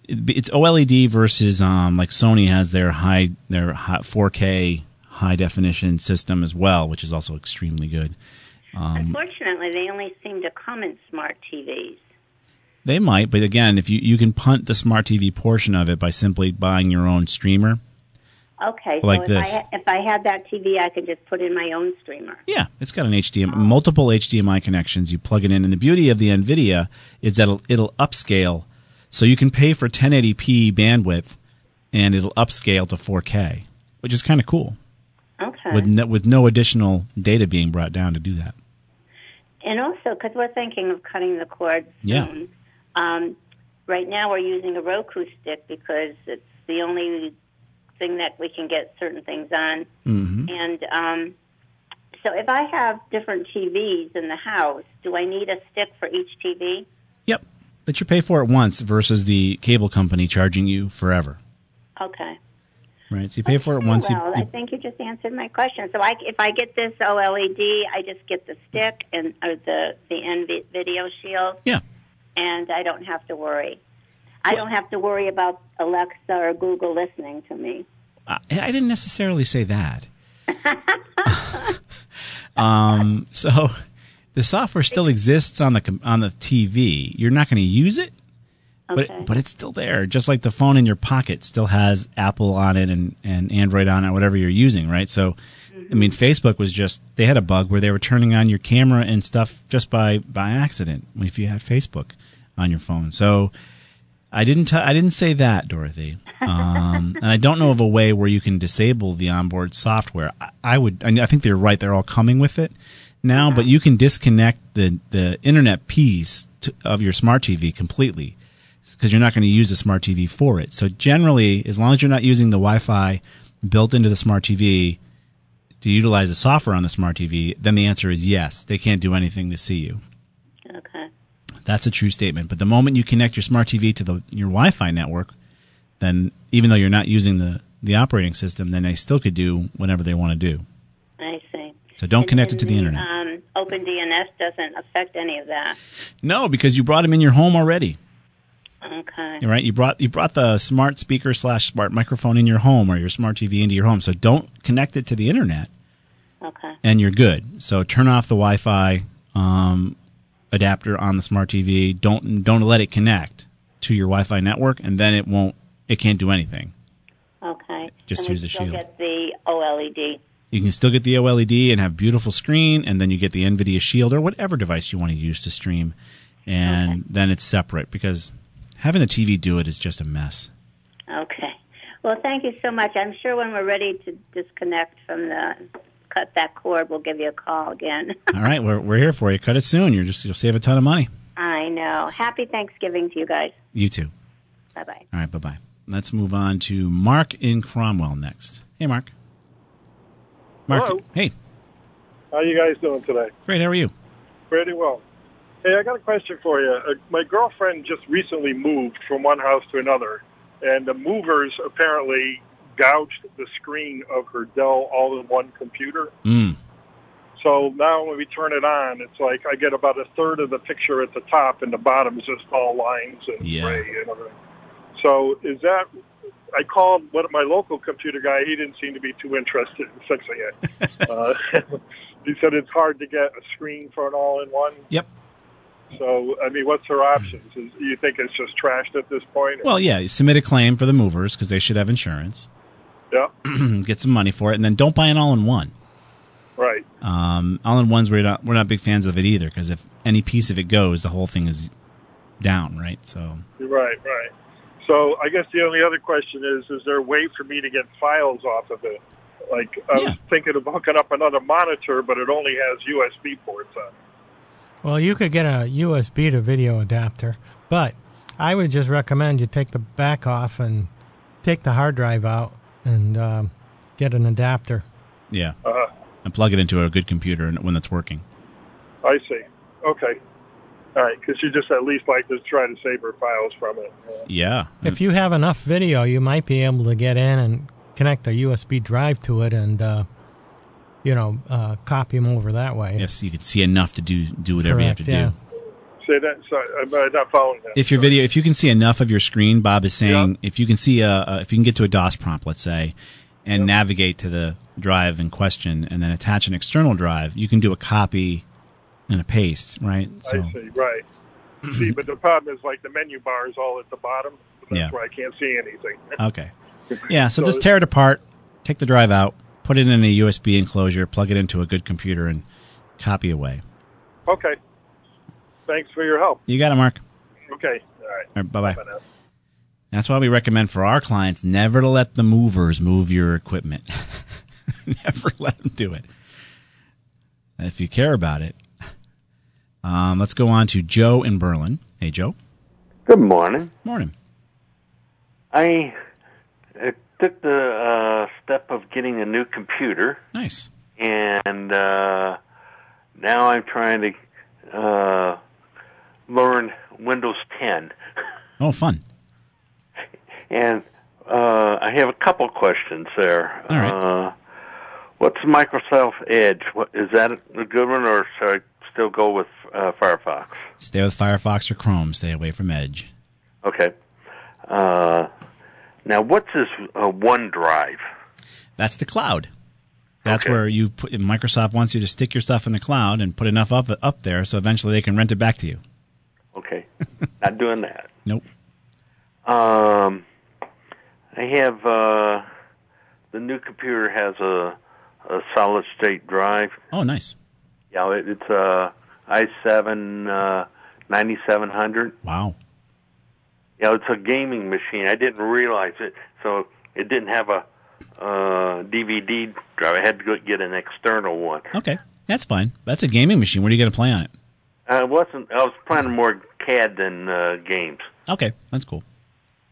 [SPEAKER 3] It- It's OLED versus um, like Sony has their high their hi- 4K high definition system as well, which is also extremely good. Um,
[SPEAKER 9] Unfortunately, they only seem to come in smart TVs.
[SPEAKER 3] They might, but again, if you you can punt the smart TV portion of it by simply buying your own streamer.
[SPEAKER 9] Okay,
[SPEAKER 3] Like
[SPEAKER 9] so
[SPEAKER 3] this.
[SPEAKER 9] if I, if I had that TV, I could just put in my own streamer.
[SPEAKER 3] Yeah, it's got an HDMI, multiple HDMI connections. You plug it in, and the beauty of the NVIDIA is that it'll, it'll upscale, so you can pay for 1080p bandwidth, and it'll upscale to 4K, which is kind of cool
[SPEAKER 9] Okay.
[SPEAKER 3] with no, with no additional data being brought down to do that.
[SPEAKER 9] And also, because we're thinking of cutting the cord
[SPEAKER 3] Yeah.
[SPEAKER 9] soon. Um, right now, we're using a Roku stick because it's the only thing that we can get certain things on.
[SPEAKER 3] Mm-hmm.
[SPEAKER 9] And um, so, if I have different TVs in the house, do I need a stick for each TV?
[SPEAKER 3] Yep, but you pay for it once versus the cable company charging you forever,
[SPEAKER 9] Okay.
[SPEAKER 3] right? So you pay for it once. You,
[SPEAKER 9] well, I
[SPEAKER 3] you,
[SPEAKER 9] think you just answered my question. So, I, if I get this OLED, I just get the stick and or the the NV video shield.
[SPEAKER 3] yeah,
[SPEAKER 9] and I don't have to worry. I don't have to worry about Alexa or Google listening to me.
[SPEAKER 3] I, I didn't necessarily say that. um, so the software still exists on the com- on the TV. You're not going to use it, but
[SPEAKER 9] Okay.
[SPEAKER 3] but it's still there. Just like the phone in your pocket still has Apple on it and and Android on it, whatever you're using, right? So. I mean, Facebook was just, they had a bug where they were turning on your camera and stuff just by, by accident if you had Facebook on your phone. So, I didn't. T- I didn't say that, Dorothy. Um, and I don't know of a way where you can disable the onboard software. I, I would. I, I think they're right. They're all coming with it now, but you can disconnect the the internet piece to, of your smart TV completely because you're not going to use a smart TV for it. So generally, as long as you're not using the Wi-Fi built into the smart TV to utilize the software on the smart TV, then the answer is yes. They can't do anything to see you.
[SPEAKER 9] Okay.
[SPEAKER 3] That's a true statement. But the moment you connect your smart TV to the your Wi-Fi network, then even though you're not using the the operating system, then they still could do whatever they want to do.
[SPEAKER 9] I see.
[SPEAKER 3] So don't
[SPEAKER 9] And
[SPEAKER 3] connect it
[SPEAKER 9] then
[SPEAKER 3] to the internet.
[SPEAKER 9] Um, Open DNS doesn't affect any of that.
[SPEAKER 3] No, because you brought them in your home already,
[SPEAKER 9] Okay.
[SPEAKER 3] right? You brought you brought the smart speaker slash smart microphone in your home or your smart TV into your home. So don't connect it to the internet,
[SPEAKER 9] Okay.
[SPEAKER 3] and you're good. So turn off the Wi-Fi um, adapter on the smart TV. Don't don't let it connect to your Wi-Fi network, and then it won't. It can't do anything.
[SPEAKER 9] Okay.
[SPEAKER 3] Just
[SPEAKER 9] and we
[SPEAKER 3] use the
[SPEAKER 9] still
[SPEAKER 3] shield.
[SPEAKER 9] get the E OLED.
[SPEAKER 3] You can still get the OLED and have beautiful screen, and then you get the NVIDIA Shield or whatever device you want to use to stream, and then it's separate because having the TV do it is just a mess.
[SPEAKER 9] Okay. Well, thank you so much. I'm sure when we're ready to disconnect from the cut that cord, we'll give you a call again.
[SPEAKER 3] All right, we're we're here for you. Cut it soon. You're just you'll save a ton of money.
[SPEAKER 9] I know. Happy Thanksgiving to you guys.
[SPEAKER 3] You too.
[SPEAKER 9] Bye bye.
[SPEAKER 3] All right, bye bye. Let's move on to Mark in Cromwell next. Hey, Mark. Mark.
[SPEAKER 10] Hello.
[SPEAKER 3] Hey,
[SPEAKER 10] How you guys doing today?
[SPEAKER 3] great. How are you?
[SPEAKER 10] Pretty well. Hey, I got a question for you. Uh, my girlfriend just recently moved from one house to another, and the movers apparently gouged the screen of her Dell all-in-one computer.
[SPEAKER 3] Mm.
[SPEAKER 10] So now when we turn it on, it's like I get about a third of the picture at the top, and the bottom is just all lines and
[SPEAKER 3] Yeah.
[SPEAKER 10] gray and everything. So is that? I called what my local computer guy. He didn't seem to be too interested in fixing it. uh, he said it's hard to get a screen for an all-in-one.
[SPEAKER 3] Yep.
[SPEAKER 10] So I mean, what's her options? Is, you think it's just trashed at this point?
[SPEAKER 3] Well, yeah, you submit a claim for the movers because they should have insurance.
[SPEAKER 10] Yeah.
[SPEAKER 3] Get some money for it, and then don't buy an all-in-one.
[SPEAKER 10] Right.
[SPEAKER 3] Um, all-in-ones we're not we're not big fans of it either because if any piece of it goes, the whole thing is down, right? So
[SPEAKER 10] Right, right. So I guess the only other question is: Is there a way for me to get files off of it? Like I was thinking of hooking up another monitor, but it only has USB ports on. it.
[SPEAKER 6] Well, you could get a USB to video adapter, but I would just recommend you take the back off and take the hard drive out and um, get an adapter.
[SPEAKER 3] yeah,
[SPEAKER 10] Uh,
[SPEAKER 3] and plug it into a good computer and- when that's working.
[SPEAKER 10] I see. Okay. All right, because you just at least like to try to save her files from it.
[SPEAKER 3] Yeah.
[SPEAKER 6] If you have enough video, you might be able to get in and connect a USB drive to it and, uh, you know, uh, copy them over that way.
[SPEAKER 3] Yes, you could see enough to do do whatever you have to
[SPEAKER 6] Correct, yeah.
[SPEAKER 3] do.
[SPEAKER 10] Say that. Sorry, I'm uh, not following that.
[SPEAKER 3] If your video, if you can see enough of your screen, Bob is saying, if you can see a, a, if you can get to a DOS prompt, let's say, and navigate to the drive in question, and then attach an external drive, you can do a copy and a paste, right? So
[SPEAKER 10] I see. Right. see, but the problem is like the menu bar is all at the bottom. That's
[SPEAKER 3] Yeah.
[SPEAKER 10] where I can't see anything.
[SPEAKER 3] okay, yeah. So
[SPEAKER 10] So
[SPEAKER 3] just
[SPEAKER 10] it-
[SPEAKER 3] tear it apart, take the drive out, put it in a USB enclosure, plug it into a good computer, and copy away.
[SPEAKER 10] Okay. Thanks for your help.
[SPEAKER 3] You got it, Mark.
[SPEAKER 10] Okay. All right.
[SPEAKER 3] All right, bye-bye.
[SPEAKER 10] now.
[SPEAKER 3] That's why we recommend for our clients never to let the movers move your equipment. never let them do it. If you care about it. Um, let's go on to Joe in Berlin. Hey, Joe.
[SPEAKER 11] Good morning.
[SPEAKER 3] Morning.
[SPEAKER 11] I uh, took the uh, step of getting a new computer,
[SPEAKER 3] Nice.
[SPEAKER 11] and uh, now I'm trying to uh, learn Windows 10.
[SPEAKER 3] Oh, fun.
[SPEAKER 11] And uh, I have a couple questions there.
[SPEAKER 3] All right.
[SPEAKER 11] Uh, what's Microsoft Edge? What, is that a good one, or should I still go with uh, Firefox?
[SPEAKER 3] Stay with Firefox or Chrome. Stay away from Edge.
[SPEAKER 11] Okay. Uh, now, what's this uh, OneDrive?
[SPEAKER 3] That's the cloud. That's where you put, Microsoft wants you to stick your stuff in the cloud and put enough up, up there so eventually they can rent it back to you.
[SPEAKER 11] Okay, not doing that.
[SPEAKER 3] Nope.
[SPEAKER 11] Um, I have uh, the new computer has a a solid state drive.
[SPEAKER 3] Oh, nice.
[SPEAKER 11] Yeah, it, it's a i7 uh, 9700.
[SPEAKER 3] Wow.
[SPEAKER 11] Yeah, it's a gaming machine. I didn't realize it, so it didn't have a uh, DVD drive. I had to go get an external one.
[SPEAKER 3] Okay. That's fine. That's a gaming machine. What are you going to play on it?
[SPEAKER 11] I wasn't. I was playing more CAD than uh, games.
[SPEAKER 3] Okay. That's cool.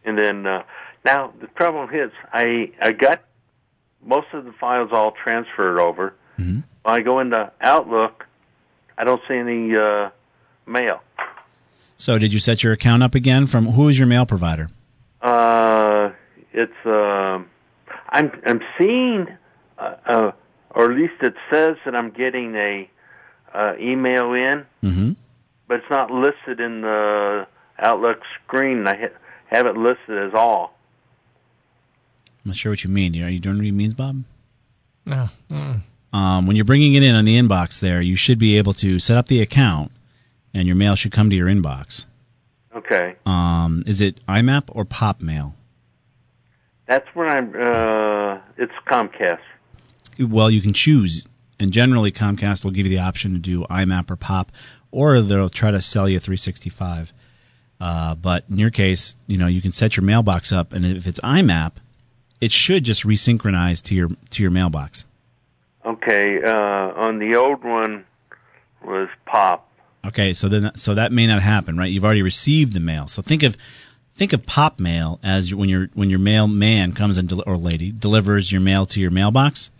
[SPEAKER 11] And then uh, now the problem is, I I got most of the files all transferred over.
[SPEAKER 3] Mhm.
[SPEAKER 11] When I go into Outlook, I don't see any uh, mail.
[SPEAKER 3] So did you set your account up again from who is your mail provider?
[SPEAKER 11] Uh, it's um I'm I'm seeing, uh, uh, or at least it says that I'm getting a uh, email in,
[SPEAKER 3] Mm-hmm.
[SPEAKER 11] but it's not listed in the Outlook screen. I ha- have it listed as all.
[SPEAKER 3] I'm not sure what you mean. Are you doing what he means, Bob?
[SPEAKER 6] No. mm.
[SPEAKER 3] Um, when you're bringing it in on the inbox there, you should be able to set up the account and your mail should come to your inbox.
[SPEAKER 11] Okay.
[SPEAKER 3] Um, is it IMAP or Pop Mail?
[SPEAKER 11] That's when I'm. Uh, it's Comcast.
[SPEAKER 3] Well, you can choose. And generally, Comcast will give you the option to do IMAP or Pop, or they'll try to sell you 365. Uh, but in your case, you know, you can set your mailbox up, and if it's IMAP, it should just resynchronize to your to your mailbox.
[SPEAKER 11] Okay. Uh, on the old one was Pop.
[SPEAKER 3] Okay, so then so that may not happen, right? You've already received the mail. So think of think of pop mail as when your when your mailman comes and del- or lady delivers your mail to your mailbox.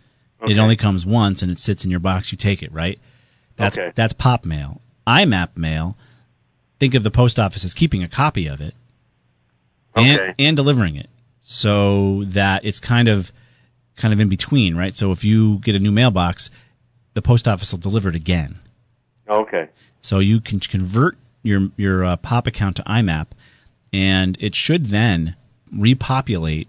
[SPEAKER 3] It
[SPEAKER 11] Okay.
[SPEAKER 3] only comes once and it sits in your box. You take it, right? That's
[SPEAKER 11] Okay.
[SPEAKER 3] that's pop mail. IMAP mail. Think of the post office as keeping a copy of it
[SPEAKER 11] Okay.
[SPEAKER 3] and and delivering it, so that it's kind of kind of in between, right? So if you get a new mailbox, the post office will deliver it again.
[SPEAKER 11] Okay.
[SPEAKER 3] So you can convert your your uh, pop account to IMAP, and it should then repopulate.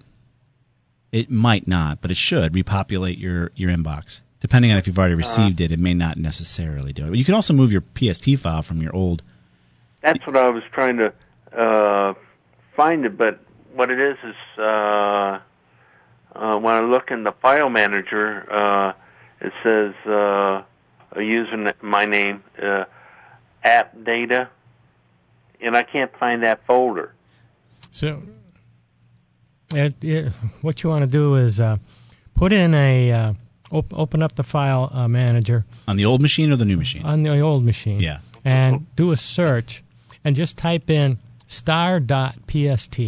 [SPEAKER 3] It might not, but it should repopulate your your inbox. Depending on if you've already received it, it may not necessarily do it. But you can also move your PST file from your old.
[SPEAKER 11] That's what I was trying to uh, find it, but what it is is uh, uh, when I look in the file manager, uh, it says uh, a user my name uh, app data, and I can't find that folder.
[SPEAKER 6] So, it, it, what you want to do is uh, put in a uh, op- open up the file uh, manager
[SPEAKER 3] On the old machine or the new machine?
[SPEAKER 6] on the old machine.
[SPEAKER 3] Yeah.
[SPEAKER 6] And do a search, and just type in star.pst.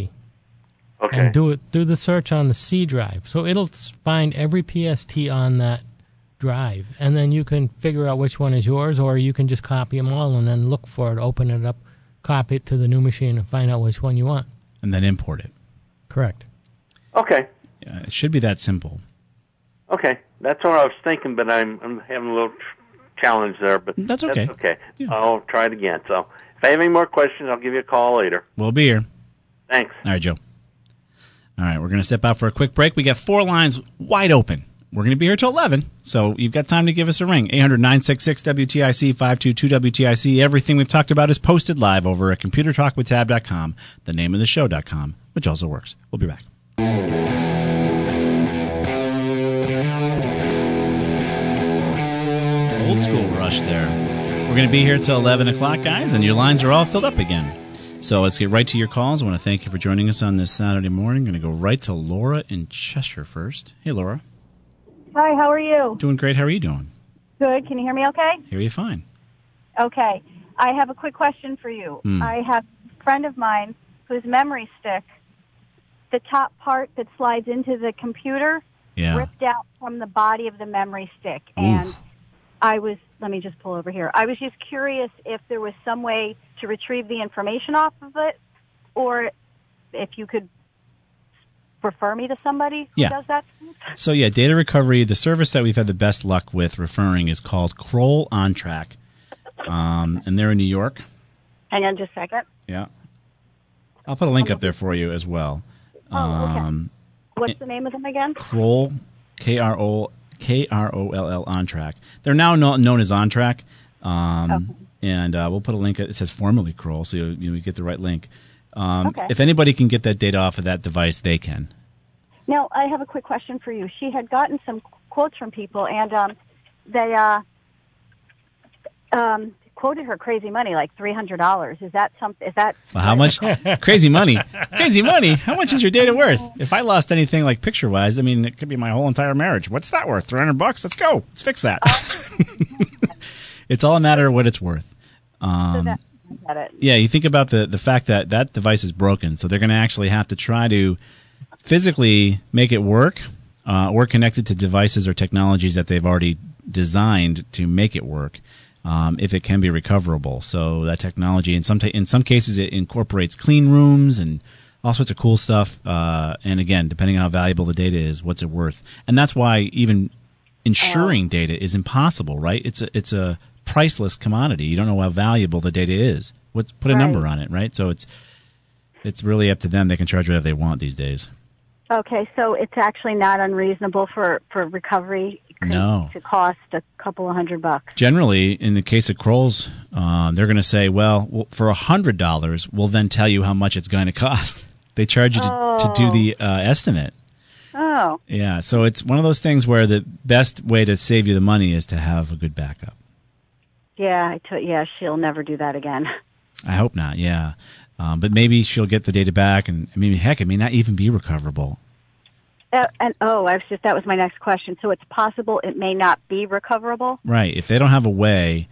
[SPEAKER 11] Okay.
[SPEAKER 6] And do it. Do the search on the C drive, so it'll s- find every PST on that drive, and then you can figure out which one is yours, or you can just copy them all and then look for it, open it up, copy it to the new machine, and find out which one you want.
[SPEAKER 3] and then import it.
[SPEAKER 6] Correct.
[SPEAKER 11] Okay.
[SPEAKER 3] Uh, it should be that simple.
[SPEAKER 11] Okay, that's what I was thinking, but I'm, I'm having a little tr- challenge there. But
[SPEAKER 3] That's okay.
[SPEAKER 11] okay, I'll try it again. So if I have any more questions, I'll give you a call later.
[SPEAKER 3] We'll be here.
[SPEAKER 11] Thanks.
[SPEAKER 3] All right, Joe. All right, we're going to step out for a quick break. We got four lines wide open. We're going to be here till 11, so you've got time to give us a ring. 800 966 WTIC 522 WTIC. Everything we've talked about is posted live over at computertalkwithtab.com, the name of the show.com, which also works. We'll be back. Old school rush there. We're going to be here till 11 o'clock, guys, and your lines are all filled up again. So let's get right to your calls. I want to thank you for joining us on this Saturday morning. going to go right to Laura in Cheshire first. Hey, Laura.
[SPEAKER 12] Hi, how are you?
[SPEAKER 3] Doing great. How are you doing?
[SPEAKER 12] Good. Can you hear me okay?
[SPEAKER 3] Here you fine.
[SPEAKER 12] Okay. I have a quick question for you.
[SPEAKER 3] Hmm.
[SPEAKER 12] I have a friend of mine whose memory stick, the top part that slides into the computer,
[SPEAKER 3] Yeah.
[SPEAKER 12] ripped out from the body of the memory stick.
[SPEAKER 3] Oof.
[SPEAKER 12] And I was, let me just pull over here. I was just curious if there was some way to retrieve the information off of it or if you could refer me to somebody who
[SPEAKER 3] Yeah.
[SPEAKER 12] does that.
[SPEAKER 3] So yeah, data recovery. The service that we've had the best luck with referring is called Kroll On Track, um, and they're in New York.
[SPEAKER 12] Hang on just a second.
[SPEAKER 3] Yeah, I'll put a link up there for you as well. Um,
[SPEAKER 12] What's the name of them again?
[SPEAKER 3] Kroll, K R O K R O L L On Track. They're now kno- known as On Track, um, and uh, we'll put a link. It says formerly Kroll, so you, you get the right link. Um,
[SPEAKER 12] Okay.
[SPEAKER 3] If anybody can get that data off of that device, they can.
[SPEAKER 12] Now, I have a quick question for you. She had gotten some quotes from people, and um, they uh, um, quoted her crazy money, like three hundred dollars. Is that something? Is that
[SPEAKER 3] Well, how much? Crazy money. Crazy money. How much is your data worth? If I lost anything like picture wise, I mean, it could be my whole entire marriage. What's that worth? 300 bucks? Let's go. Let's fix that. it's all a matter of what it's worth.
[SPEAKER 12] Uh, so
[SPEAKER 3] Um,
[SPEAKER 12] that I get it.
[SPEAKER 3] yeah, you think about the, the fact that that device is broken. So they're going to actually have to try to physically make it work uh, or connect it to devices or technologies that they've already designed to make it work. Um, if it can be recoverable, so that technology in some ta- in some cases it incorporates clean rooms and all sorts of cool stuff. Uh, and again, depending on how valuable the data is, what's it worth? And that's why even insuring data is impossible, right? It's a it's a priceless commodity. You don't know how valuable the data is. What's put a
[SPEAKER 12] Right.
[SPEAKER 3] number on it, right? So it's it's really up to them. They can charge whatever they want these days.
[SPEAKER 12] Okay, so it's actually not unreasonable for for recovery
[SPEAKER 3] No.
[SPEAKER 12] to cost a couple of hundred bucks.
[SPEAKER 3] Generally, in the case of Kroll's, um, they're going to say, well, well, for $100, we'll then tell you how much it's going to cost. They charge you to, to do
[SPEAKER 12] Oh.
[SPEAKER 3] the uh, estimate.
[SPEAKER 12] Oh,
[SPEAKER 3] Yeah. So it's one of those things where the best way to save you the money is to have a good backup.
[SPEAKER 12] yeah, I took. Yeah, she'll never do that again.
[SPEAKER 3] I hope not. Yeah, um, but maybe she'll get the data back, and I mean, heck, it may not even be recoverable.
[SPEAKER 12] Uh, and oh, I was just that was my next question. So it's possible it may not be recoverable.
[SPEAKER 3] Right? If they don't have a way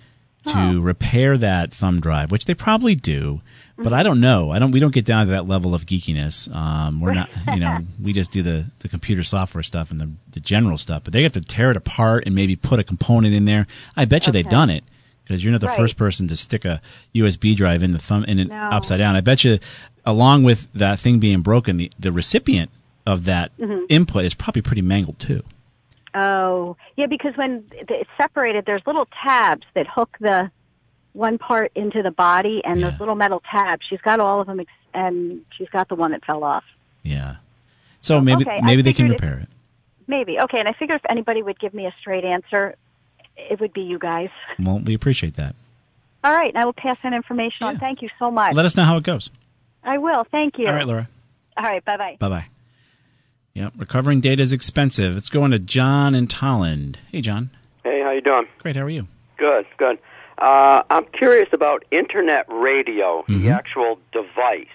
[SPEAKER 3] to repair that thumb drive, which they probably do, but I don't know. I don't. We don't get down to that level of geekiness. Um, we're not. You know, we just do the the computer software stuff and the the general stuff. But they have to tear it apart and maybe put a component in there. I bet you they've
[SPEAKER 13] Okay.
[SPEAKER 3] done it. because you're not the
[SPEAKER 13] Right.
[SPEAKER 3] first person to stick a USB drive in the thumb in it
[SPEAKER 13] No.
[SPEAKER 3] upside down. I bet you, along with that thing being broken, the, the recipient of that
[SPEAKER 12] Mhm.
[SPEAKER 3] input is probably pretty mangled too.
[SPEAKER 12] Oh, yeah, because when th- it's separated, there's little tabs that hook the one part into the body, and those little metal tabs. She's got all of them, ex- and she's got the one that fell off.
[SPEAKER 3] Yeah. So maybe
[SPEAKER 12] okay, I
[SPEAKER 3] maybe they can
[SPEAKER 12] figured
[SPEAKER 3] repair it.
[SPEAKER 12] Maybe. Okay, and I figure if anybody would give me a straight answer, it would be you guys.
[SPEAKER 3] Well, we appreciate that.
[SPEAKER 12] All right, and I will pass that information on. Thank you so much.
[SPEAKER 3] Let us know how it goes.
[SPEAKER 12] I will. Thank you.
[SPEAKER 3] All right, Laura.
[SPEAKER 12] All right, bye bye.
[SPEAKER 3] Bye bye. Yep. Recovering data is expensive. It's going to John in Tolland. Hey, John.
[SPEAKER 13] Hey, how you doing?
[SPEAKER 3] Great. How are you?
[SPEAKER 13] Good, good. Uh, I'm curious about internet radio,
[SPEAKER 3] Mhm.
[SPEAKER 13] the actual device.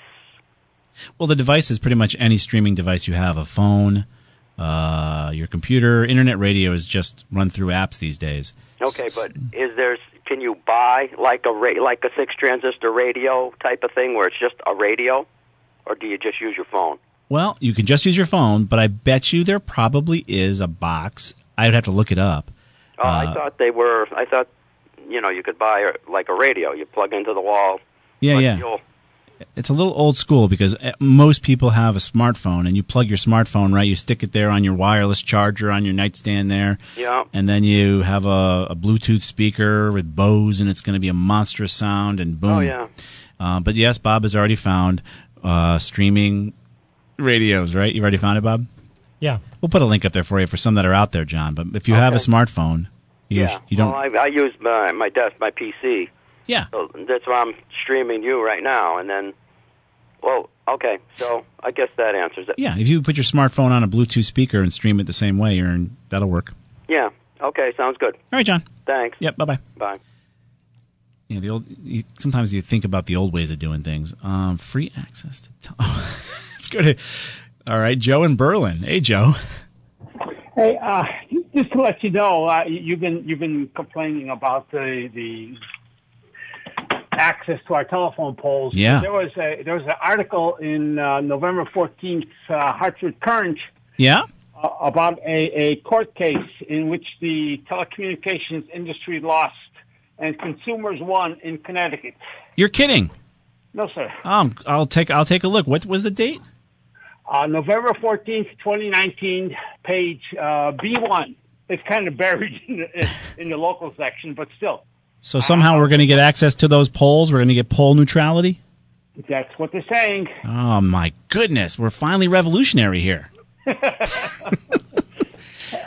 [SPEAKER 3] Well, the device is pretty much any streaming device you have a phone, uh, your computer. Internet radio is just run through apps these days.
[SPEAKER 13] Okay, but is there? Can you buy like a ra- like a six transistor radio type of thing where it's just a radio, or do you just use your phone?
[SPEAKER 3] Well, you can just use your phone, but I bet you there probably is a box. I would have to look it up.
[SPEAKER 13] Oh, I
[SPEAKER 3] Uh,
[SPEAKER 13] thought they were. I thought you know you could buy uh, like a radio. You plug into the wall.
[SPEAKER 3] Yeah,
[SPEAKER 13] like
[SPEAKER 3] yeah.
[SPEAKER 13] you'll-
[SPEAKER 3] It's a little old school because eh, most people have a smartphone and you plug your smartphone, right? You stick it there on your wireless charger on your nightstand there.
[SPEAKER 13] Yeah.
[SPEAKER 3] And then you have a, a Bluetooth speaker with Bose and it's going to be a monstrous sound and boom.
[SPEAKER 13] Oh, yeah.
[SPEAKER 3] Uh, but yes, Bob has already found uh, streaming radios, right? You've already found it, Bob?
[SPEAKER 6] Yeah.
[SPEAKER 3] We'll put a link up there for you for some that are out there, John. But if you have a smartphone, you,
[SPEAKER 13] yeah.
[SPEAKER 3] you don't.
[SPEAKER 13] Well, I, I use my my desk, my PC.
[SPEAKER 3] Yeah.
[SPEAKER 13] So that's why I'm streaming you right now, and then. Well, okay. So I guess that answers it.
[SPEAKER 3] yeah, if you put your smartphone on a Bluetooth speaker and stream it the same way, you're in, that'll work.
[SPEAKER 13] Yeah. Okay. Sounds good.
[SPEAKER 3] All right, John.
[SPEAKER 13] Thanks.
[SPEAKER 3] Yep. Bye bye.
[SPEAKER 13] Bye.
[SPEAKER 3] Yeah, the old. You, sometimes you think about the old ways of doing things. Um, free access to. Tel- Let's go to. All right, Joe in Berlin. Hey, Joe.
[SPEAKER 14] Hey, uh, just to let you know, uh, you've been you've been complaining about the the access to our telephone polls.
[SPEAKER 3] Yeah.
[SPEAKER 14] There was a there was an article in uh, November fourteenth, uh, Hartford Current,
[SPEAKER 3] Yeah.
[SPEAKER 14] uh, about a, a court case in which the telecommunications industry lost and consumers won in Connecticut.
[SPEAKER 3] You're kidding.
[SPEAKER 14] No, sir.
[SPEAKER 3] Um, I'll take. I'll take a look. What was the date?
[SPEAKER 14] Uh, November 14th, 2019, page uh, B1. It's kind of buried in the, in the local section, but still,
[SPEAKER 3] So somehow we're going to get access to those polls. We're going to get poll neutrality.
[SPEAKER 14] that's what they're saying.
[SPEAKER 3] Oh my goodness, we're finally revolutionary here.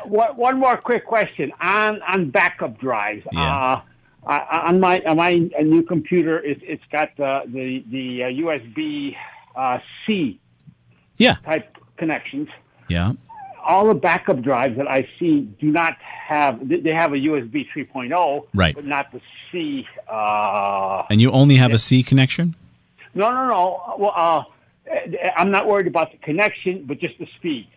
[SPEAKER 14] One one more quick question on on backup drives.
[SPEAKER 3] Yeah.
[SPEAKER 14] Uh, I- on my on my new computer, it, it's got the the, the uh, USB uh, C
[SPEAKER 3] yeah.
[SPEAKER 14] type connections.
[SPEAKER 3] Yeah.
[SPEAKER 14] all the backup drives that I see do not have. They they have a USB 3.0,
[SPEAKER 3] Right.
[SPEAKER 14] oh, But not the C. Uh,
[SPEAKER 3] And you only have a C connection.
[SPEAKER 14] no, no, no. Well, uh, I'm not worried about the connection, but just the speed.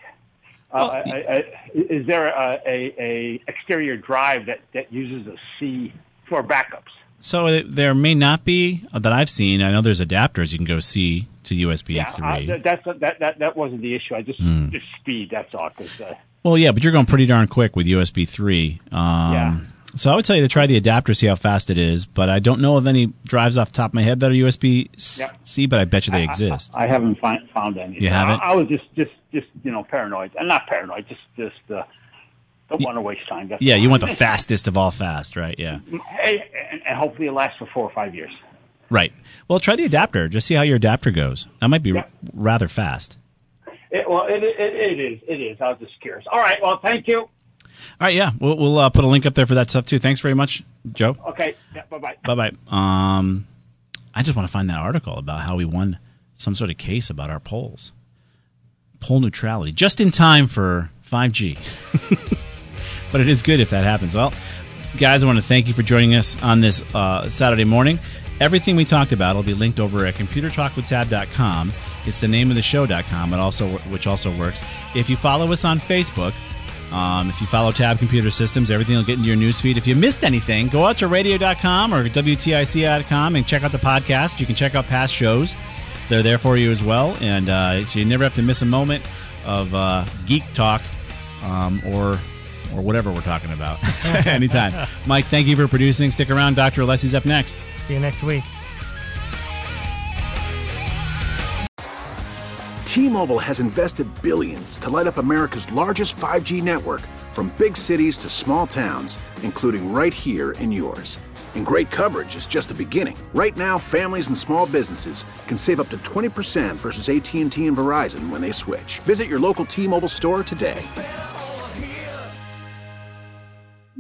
[SPEAKER 3] Oh,
[SPEAKER 14] uh, I, I, is there a, a, a exterior drive that, that uses a C for backups?
[SPEAKER 3] So it- there may not be uh, that I've seen. I know there's adapters you can go C to USB
[SPEAKER 14] Yeah,
[SPEAKER 3] three.
[SPEAKER 14] uh, that's that, that that wasn't the issue. I just
[SPEAKER 3] Mm.
[SPEAKER 14] just speed. That's all. 'cause, uh,
[SPEAKER 3] Well, yeah, but you're going pretty darn quick with USB 3. Um,
[SPEAKER 14] Yeah.
[SPEAKER 3] So I would tell you to try the adapter, see how fast it is. But I don't know of any drives off the top of my head that are USB C, but I bet you they exist.
[SPEAKER 14] I haven't find, found any.
[SPEAKER 3] You
[SPEAKER 14] I-
[SPEAKER 3] haven't?
[SPEAKER 14] I, was just, just, just you know, paranoid. I'm not paranoid. Just, just uh, don't want to waste time. That's
[SPEAKER 3] yeah,
[SPEAKER 14] all.
[SPEAKER 3] you want the fastest of all fast, right? Yeah.
[SPEAKER 14] Hey, and, and hopefully it lasts for four or five years.
[SPEAKER 3] Right. Well, try the adapter. Just see how your adapter goes. That might be r- rather fast.
[SPEAKER 14] It, well, it, it, it is. It is. I was just curious. All right. Well, thank you.
[SPEAKER 3] All right, yeah. We'll, we'll uh, put a link up there for that stuff, too. Thanks very much, Joe.
[SPEAKER 14] Okay. Yeah, bye bye.
[SPEAKER 3] Bye bye. Um, I just want to find that article about how we won some sort of case about our polls. Poll neutrality, just in time for 5G. but it is good if that happens. Well, guys, I want to thank you for joining us on this uh, Saturday morning. Everything we talked about will be linked over at computertalkwithtab.com. It's the name of the show.com, it also, which also works. If you follow us on Facebook, um, if you follow Tab Computer Systems, everything will get into your newsfeed. If you missed anything, go out to radio.com or WTIC.com and check out the podcast. You can check out past shows, they're there for you as well. And uh, so you never have to miss a moment of uh, geek talk um, or or whatever we're talking about anytime. Mike, thank you for producing. Stick around. Dr. Alessi's up next.
[SPEAKER 6] See you next week.
[SPEAKER 15] T-Mobile has invested billions to light up America's largest 5G network from big cities to small towns, including right here in yours. And great coverage is just the beginning. Right now, families and small businesses can save up to 20% versus AT&T and Verizon when they switch. Visit your local T-Mobile store today.